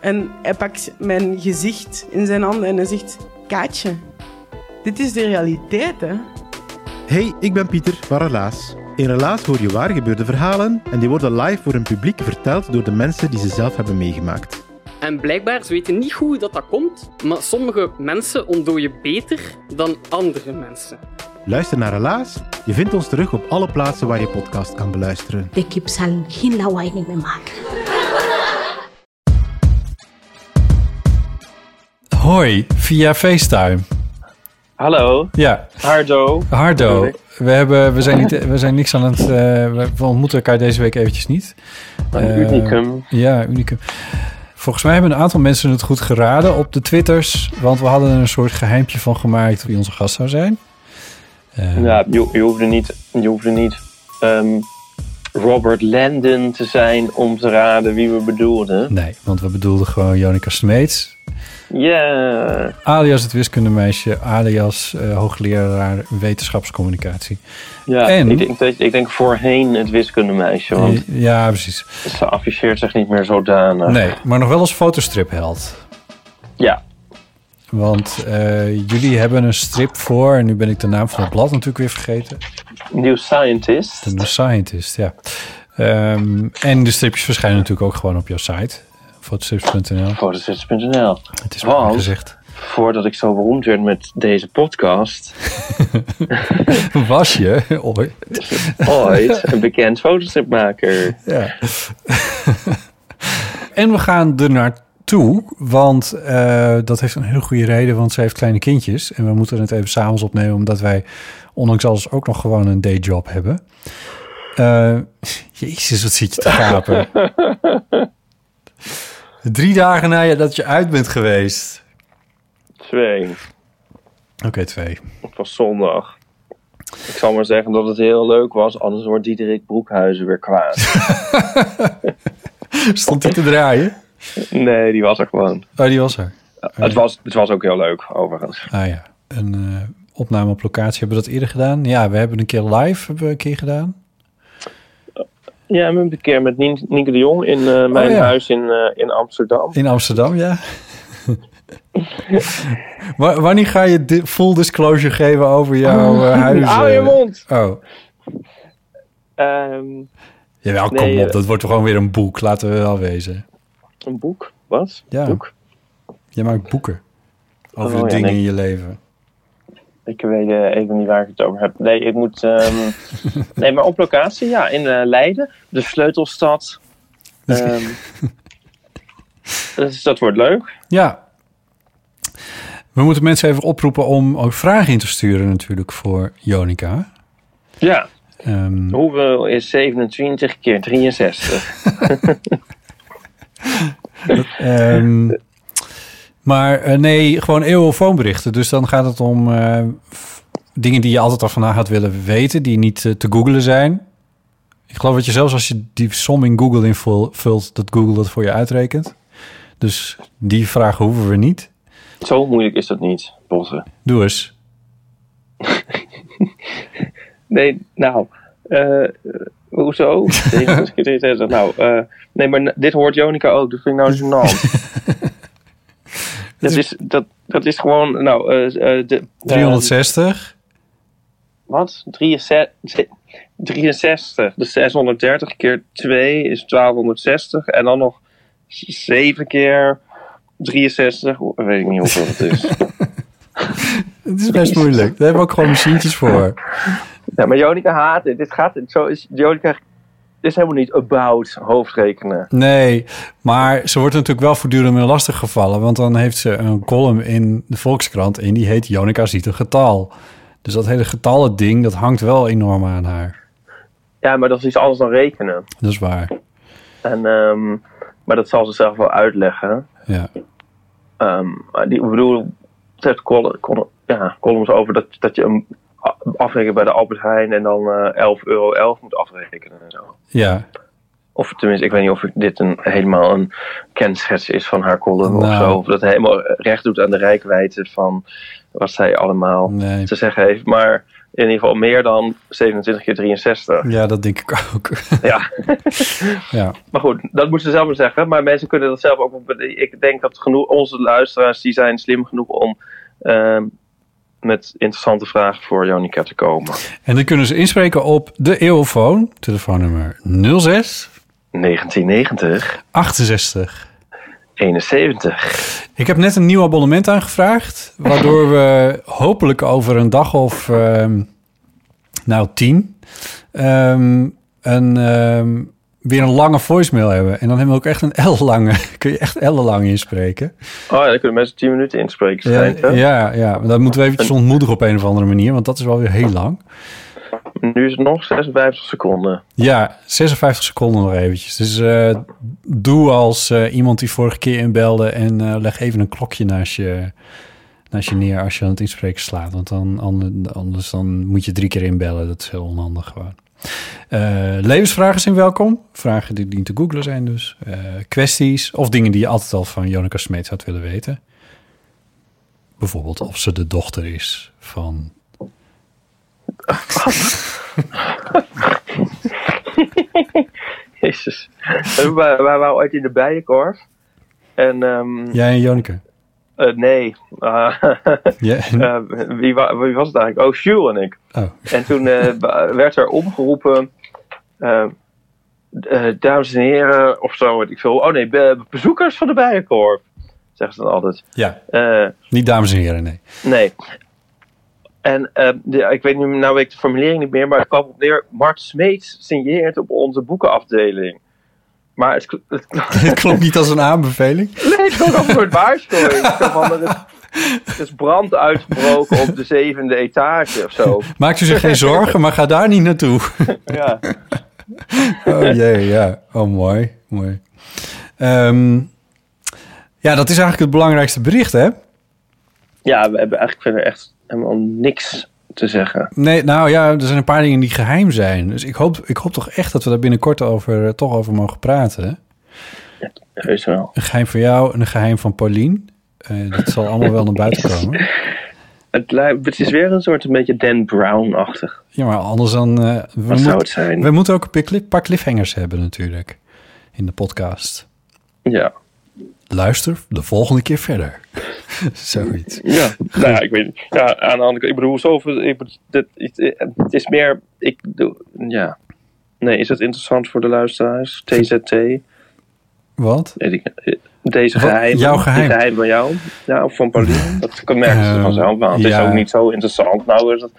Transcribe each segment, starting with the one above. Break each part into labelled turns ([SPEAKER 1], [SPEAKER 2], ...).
[SPEAKER 1] En hij pakt mijn gezicht in zijn handen en hij zegt: Kaatje, dit is de realiteit, hè?
[SPEAKER 2] Hey, ik ben Pieter van Relaas. In Relaas hoor je waar gebeurde verhalen en die worden live voor een publiek verteld door de mensen die ze zelf hebben meegemaakt.
[SPEAKER 3] En blijkbaar, ze weten niet goed hoe dat, dat komt, maar sommige mensen ontdooien beter dan andere mensen.
[SPEAKER 2] Luister naar Relaas. Je vindt ons terug op alle plaatsen waar je podcast kan beluisteren.
[SPEAKER 4] de kip zal geen lawaai meer maken.
[SPEAKER 5] Hoi, via FaceTime.
[SPEAKER 6] Hallo,
[SPEAKER 5] Ja,
[SPEAKER 6] Hardo.
[SPEAKER 5] Hardo.
[SPEAKER 6] Hoi.
[SPEAKER 5] We, hebben, we, zijn niet, we zijn niks aan het... eh, we- we ontmoeten elkaar deze week eventjes niet.
[SPEAKER 6] Een
[SPEAKER 5] Eh,
[SPEAKER 6] unicum.
[SPEAKER 5] Ja, unicum. Volgens mij hebben een aantal mensen het goed geraden op de twitters. Want we hadden er een soort geheimpje van gemaakt wie onze gast zou zijn. Eh,
[SPEAKER 6] Ja, je, je hoefde niet, je hoefde niet ehm, Robert Landon te zijn om te raden wie we bedoelden.
[SPEAKER 5] Nee, want we bedoelden gewoon Jonica Smeets.
[SPEAKER 6] Ja,
[SPEAKER 5] Alias het wiskundemeisje. Alias eh, hoogleraar wetenschapscommunicatie.
[SPEAKER 6] ja.
[SPEAKER 5] En?
[SPEAKER 6] Ik, denk, dat- ik denk voorheen het wiskundemeisje, want
[SPEAKER 5] Ja, precies.
[SPEAKER 6] ze afficheert zich niet meer zodanig.
[SPEAKER 5] Nee, maar nog wel als fotostripheld.
[SPEAKER 6] eh, Ja,
[SPEAKER 5] Want eh, jullie hebben een strip voor, en nu ben ik de naam van het blad natuurlijk weer vergeten.
[SPEAKER 6] New Scientist.
[SPEAKER 5] De Scientist, ja. Ehm, en de stripjes verschijnen natuurlijk ook gewoon op jouw site, fotostrips.nl.
[SPEAKER 6] Fotostrips.nl.
[SPEAKER 5] Het is maar
[SPEAKER 6] Want-
[SPEAKER 5] gezegd.
[SPEAKER 6] Voordat ik zo beroemd werd met deze podcast,
[SPEAKER 5] Was je ooit?
[SPEAKER 6] ooit een bekend fotostripmaker.
[SPEAKER 5] Ja. en we gaan er naartoe, want eh, dat heeft een hele goede reden, want ze heeft kleine kindjes. En we moeten het even s'avonds opnemen, omdat wij ondanks alles ook nog gewoon een dayjob hebben. Eh, jezus, wat zit je te gapen. Drie dagen na je dat je uit bent geweest.
[SPEAKER 6] Twee.
[SPEAKER 5] Oké, twee.
[SPEAKER 6] Het was zondag. Ik zal maar zeggen dat het heel leuk was, anders wordt Diederik Broekhuizen weer kwaad.
[SPEAKER 5] Stond hij te draaien?
[SPEAKER 6] nee, die was er gewoon.
[SPEAKER 5] Oh, die was er.
[SPEAKER 6] Het, was, het was ook heel leuk, overigens.
[SPEAKER 5] Ah ja, een eh, opname op locatie. Hebben we dat eerder gedaan? Ja, we hebben een keer live hebben we een keer gedaan.
[SPEAKER 6] Ja, we hebben een keer met Nien- Nienke de Jong in eh, mijn
[SPEAKER 5] Oh, ja.
[SPEAKER 6] huis in, eh, in Amsterdam.
[SPEAKER 5] In Amsterdam, ja. Wa- Wanneer ga je di- full disclosure geven over jouw eh, huis?
[SPEAKER 6] Hou je
[SPEAKER 5] eh?
[SPEAKER 6] mond!
[SPEAKER 5] Oh,
[SPEAKER 6] Ehm,
[SPEAKER 5] jawel, kom
[SPEAKER 6] Nee,
[SPEAKER 5] op.
[SPEAKER 6] eh.
[SPEAKER 5] Dat wordt gewoon weer een boek, laten we wel wezen.
[SPEAKER 6] een boek, wat?
[SPEAKER 5] Ja.
[SPEAKER 6] Boek?
[SPEAKER 5] Je maakt boeken over
[SPEAKER 6] Oh,
[SPEAKER 5] de
[SPEAKER 6] ja,
[SPEAKER 5] dingen
[SPEAKER 6] nee.
[SPEAKER 5] in je leven.
[SPEAKER 6] Ik weet eh, even niet waar ik het over heb. Nee, ik moet... ehm, nee, maar op locatie, ja, in eh, Leiden. De sleutelstad. Ehm, dus dat wordt leuk.
[SPEAKER 5] Ja. We moeten mensen even oproepen om ook vragen in te sturen natuurlijk voor Jonica.
[SPEAKER 6] Ja.
[SPEAKER 5] Ehm,
[SPEAKER 6] Hoeveel is 27 keer 63?
[SPEAKER 5] Ehm, maar eh, nee, gewoon eeuwenfoonberichten. Dus dan gaat het om eh, f- dingen die je altijd al vandaag had willen weten, die niet eh, te googlen zijn. Ik geloof dat je zelfs als je die som in Google invult, dat Google dat voor je uitrekent. Dus die vragen hoeven we niet.
[SPEAKER 6] Zo moeilijk is dat niet, Bosse.
[SPEAKER 5] Doe eens.
[SPEAKER 6] Nee, nou, eh, eh, hoezo? 27 keer 63. Nou, eh, nee, maar n- dit hoort Jonica ook. Dat vind ik nou gênant. dat, is, dat, dat is gewoon, nou, eh, eh, de, eh,
[SPEAKER 5] 360.
[SPEAKER 6] wat? 63, 63. Dus 630 keer 2 is 1260. En dan nog 7 keer 63. Weet ik niet hoeveel dat is.
[SPEAKER 5] Het is best moeilijk. Daar hebben we ook gewoon machientjes voor.
[SPEAKER 6] Ja, maar Jonica haat dit. Dit gaat, zo is, Jonica is helemaal niet about hoofdrekenen.
[SPEAKER 5] Nee, maar ze wordt natuurlijk wel voortdurend meer lastig gevallen. Want dan heeft ze een column in de Volkskrant en die heet Jonica ziet een getal. Dus dat hele getallen ding, dat hangt wel enorm aan haar.
[SPEAKER 6] Ja, maar dat is iets anders dan rekenen.
[SPEAKER 5] Dat is waar.
[SPEAKER 6] En ehm, Maar dat zal ze zelf wel uitleggen.
[SPEAKER 5] Ja.
[SPEAKER 6] Ehm, maar die, ik bedoel, het heeft col- col- ja, columns over dat, dat je hem a- afrekent bij de Albert Heijn en dan eh 11 euro 11 moet afrekenen en zo.
[SPEAKER 5] Ja,
[SPEAKER 6] Of tenminste, ik weet niet of ik dit een, helemaal een kenschets is van haar column of
[SPEAKER 5] Nou.
[SPEAKER 6] zo. Of dat helemaal recht doet aan de rijkwijde van wat zij allemaal
[SPEAKER 5] nee.
[SPEAKER 6] te zeggen heeft. Maar in ieder geval meer dan 27 keer 63.
[SPEAKER 5] Ja, dat denk ik ook.
[SPEAKER 6] Ja.
[SPEAKER 5] ja.
[SPEAKER 6] Maar goed, dat moeten ze zelf maar zeggen. Maar mensen kunnen dat zelf ook. Ik denk dat genoeg, onze luisteraars die zijn slim genoeg om ehm, met interessante vragen voor Jonica te komen.
[SPEAKER 5] En dan kunnen ze inspreken op de Eeuwfoon, telefoonnummer 06
[SPEAKER 6] 1990,
[SPEAKER 5] 68.
[SPEAKER 6] 71.
[SPEAKER 5] Ik heb net een nieuw abonnement aangevraagd, waardoor we hopelijk over een dag of, ehm, nou, tien, ehm, een, ehm, weer een lange voicemail hebben. En dan hebben we ook echt een L-lange, kun je echt L-lang inspreken.
[SPEAKER 6] Oh ja, daar kunnen mensen 10 minuten inspreken.
[SPEAKER 5] Ja,
[SPEAKER 6] schijnt, hè?
[SPEAKER 5] ja, ja, maar dat moeten we eventjes ontmoedigen op een of andere manier, want dat is wel weer heel lang.
[SPEAKER 6] Nu is het nog 56 seconden.
[SPEAKER 5] Ja, 56 seconden nog eventjes. Dus eh, doe als eh, iemand die vorige keer inbelde en eh, leg even een klokje naast je, naast je neer als je aan het inspreken slaat. Want dan, ander- anders dan moet je drie keer inbellen. Dat is heel onhandig gewoon. Eh, levensvragen zijn welkom. Vragen die niet te googlen zijn dus. Eh, kwesties of dingen die je altijd al van Jonica Smeets had willen weten. Bijvoorbeeld of ze de dochter is van...
[SPEAKER 6] Jezus. we, wa- we waren ooit in de bijenkorf. En ehm,
[SPEAKER 5] Jij en Jonica.
[SPEAKER 6] eh, nee, Ah,
[SPEAKER 5] Ja.
[SPEAKER 6] eh, wie, wa- wie was het eigenlijk? Oh, Jules en ik.
[SPEAKER 5] Oh.
[SPEAKER 6] En toen eh, ba- werd er omgeroepen. eh, eh, dames en heren, of zo, weet ik veel. Oh nee, be- bezoekers van de Bijenkorf. Zeggen ze dan altijd.
[SPEAKER 5] ja,
[SPEAKER 6] Eh,
[SPEAKER 5] niet dames en heren, nee.
[SPEAKER 6] nee. En eh, de- ik weet nu, nou weet ik de formulering niet meer, maar het kwam op neer. Mart Smeets signeert op onze boekenafdeling. Maar het, kl- het, kl-
[SPEAKER 5] Het klopt niet als een aanbeveling.
[SPEAKER 6] Nee, het is ook als een soort waarschuwing. Zo van, er, is, er is brand uitgebroken op de zevende etage of zo.
[SPEAKER 5] Maakt u zich geen zorgen, maar ga daar niet naartoe.
[SPEAKER 6] Ja.
[SPEAKER 5] Oh jee, ja. Oh, mooi. mooi. Ehm, ja, dat is eigenlijk het belangrijkste bericht, hè?
[SPEAKER 6] Ja, we hebben eigenlijk verder echt helemaal niks te zeggen.
[SPEAKER 5] Nee, nou ja, er zijn een paar dingen die geheim zijn. Dus ik hoop, ik hoop toch echt dat we daar binnenkort over, eh, toch over mogen praten.
[SPEAKER 6] Heus wel.
[SPEAKER 5] Een geheim van jou en een geheim van Paulien. Eh, dat zal allemaal wel naar buiten komen.
[SPEAKER 6] Het, lijkt, het is weer een soort een beetje Dan Brown-achtig.
[SPEAKER 5] Ja, maar anders dan... eh, we,
[SPEAKER 6] Wat zou
[SPEAKER 5] moet-
[SPEAKER 6] het zijn?
[SPEAKER 5] we moeten ook een paar cliff- paar cliffhangers hebben natuurlijk. In de podcast.
[SPEAKER 6] Ja.
[SPEAKER 5] Luister de volgende keer verder. Zoiets.
[SPEAKER 6] Ja. Nou ja, ik weet niet. Ja, aan de andere kant. Ik bedoel, zoveel... Ik, bedoel, dit, het, het is meer... Ik doe... Ja. Nee, is dat interessant voor de luisteraars? TZT? Weet
[SPEAKER 5] Wat?
[SPEAKER 6] ik niet. Deze
[SPEAKER 5] Wat?
[SPEAKER 6] geheim.
[SPEAKER 5] Jouw geheim?
[SPEAKER 6] Die geheim van jou. Ja, of van Paulien. Dat kan merken ze
[SPEAKER 5] Ehm,
[SPEAKER 6] vanzelf wel. Het
[SPEAKER 5] ja.
[SPEAKER 6] is ook niet zo interessant. Nou is het...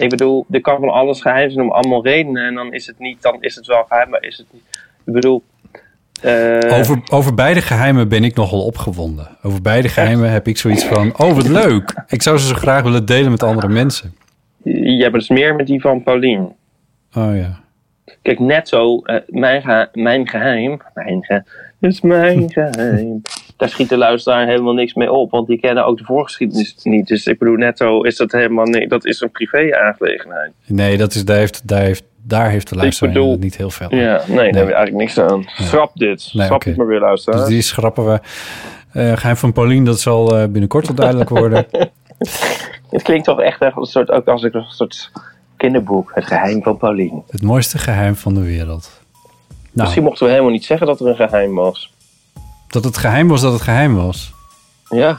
[SPEAKER 6] Ik bedoel, er kan van alles geheim zijn om allemaal redenen. En dan is het niet... Dan is het wel geheim, maar is het niet... Ik bedoel... eh,
[SPEAKER 5] Over, over beide geheimen ben ik nogal opgewonden. Over beide geheimen heb ik zoiets van: oh, wat leuk. Ik zou ze zo graag willen delen met andere mensen.
[SPEAKER 6] Je hebt dus meer met die van Paulien.
[SPEAKER 5] Oh ja.
[SPEAKER 6] Kijk, net zo, eh, mijn, ge- mijn geheim, mijn ge- dit is mijn geheim. Daar schiet de luisteraar helemaal niks mee op, want die kennen ook de voorgeschiedenis niet. Dus ik bedoel, net zo is dat helemaal niet, dat is een privé-aangelegenheid.
[SPEAKER 5] Nee, dat is, daar, heeft, daar, heeft, daar heeft de luisteraar
[SPEAKER 6] bedoel-
[SPEAKER 5] inderdaad niet heel veel. aan.
[SPEAKER 6] Ja, nee, daar heb je eigenlijk niks aan. Schrap dit,
[SPEAKER 5] Nee,
[SPEAKER 6] schrap
[SPEAKER 5] oké.
[SPEAKER 6] dit maar weer,
[SPEAKER 5] Dus
[SPEAKER 6] luisteraar.
[SPEAKER 5] die schrappen we. Eh, geheim van Paulien, dat zal eh, binnenkort wel duidelijk worden.
[SPEAKER 6] Het klinkt toch echt echt een soort, ook als ik een soort kinderboek, het geheim van Paulien.
[SPEAKER 5] Het mooiste geheim van de wereld.
[SPEAKER 6] Misschien
[SPEAKER 5] Nou,
[SPEAKER 6] mochten we helemaal niet zeggen dat er een geheim was.
[SPEAKER 5] dat het geheim was dat het geheim was.
[SPEAKER 6] Ja,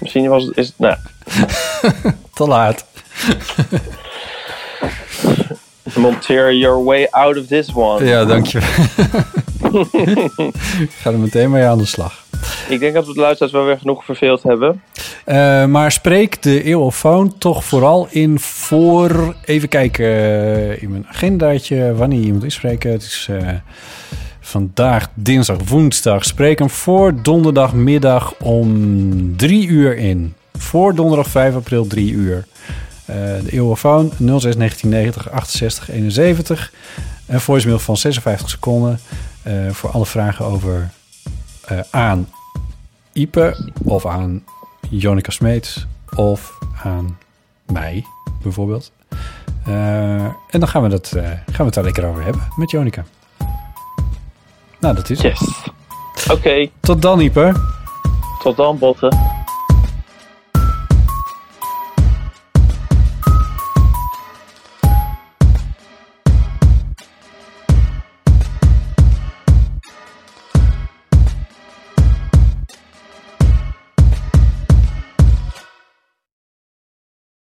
[SPEAKER 6] misschien was het, is het, nou,
[SPEAKER 5] Te laat.
[SPEAKER 6] monteer your way out of this one.
[SPEAKER 5] Ja, dankjewel. Ik ga er meteen mee aan de slag.
[SPEAKER 6] Ik denk dat we de luisteraars wel weer genoeg verveeld hebben.
[SPEAKER 5] Eh, maar spreek de eeuwofoon toch vooral in voor... Even kijken eh, in mijn agendaatje wanneer je moet inspreken. Het is eh, vandaag dinsdag, woensdag. Spreek hem voor donderdagmiddag om drie uur in. Voor donderdag 5 april drie uur. Eh, de eeuwofoon 06 1990 68 71. Een voicemail van 56 seconden eh, voor alle vragen over eh, aan Ipe of aan Jonica Smeets of aan mij bijvoorbeeld. Eh, en dan gaan we, dat, eh, gaan we het daar lekker over hebben met Jonica. Nou, dat is het.
[SPEAKER 6] Yes. Oké,
[SPEAKER 5] Tot dan, Ipe.
[SPEAKER 6] tot dan, botten.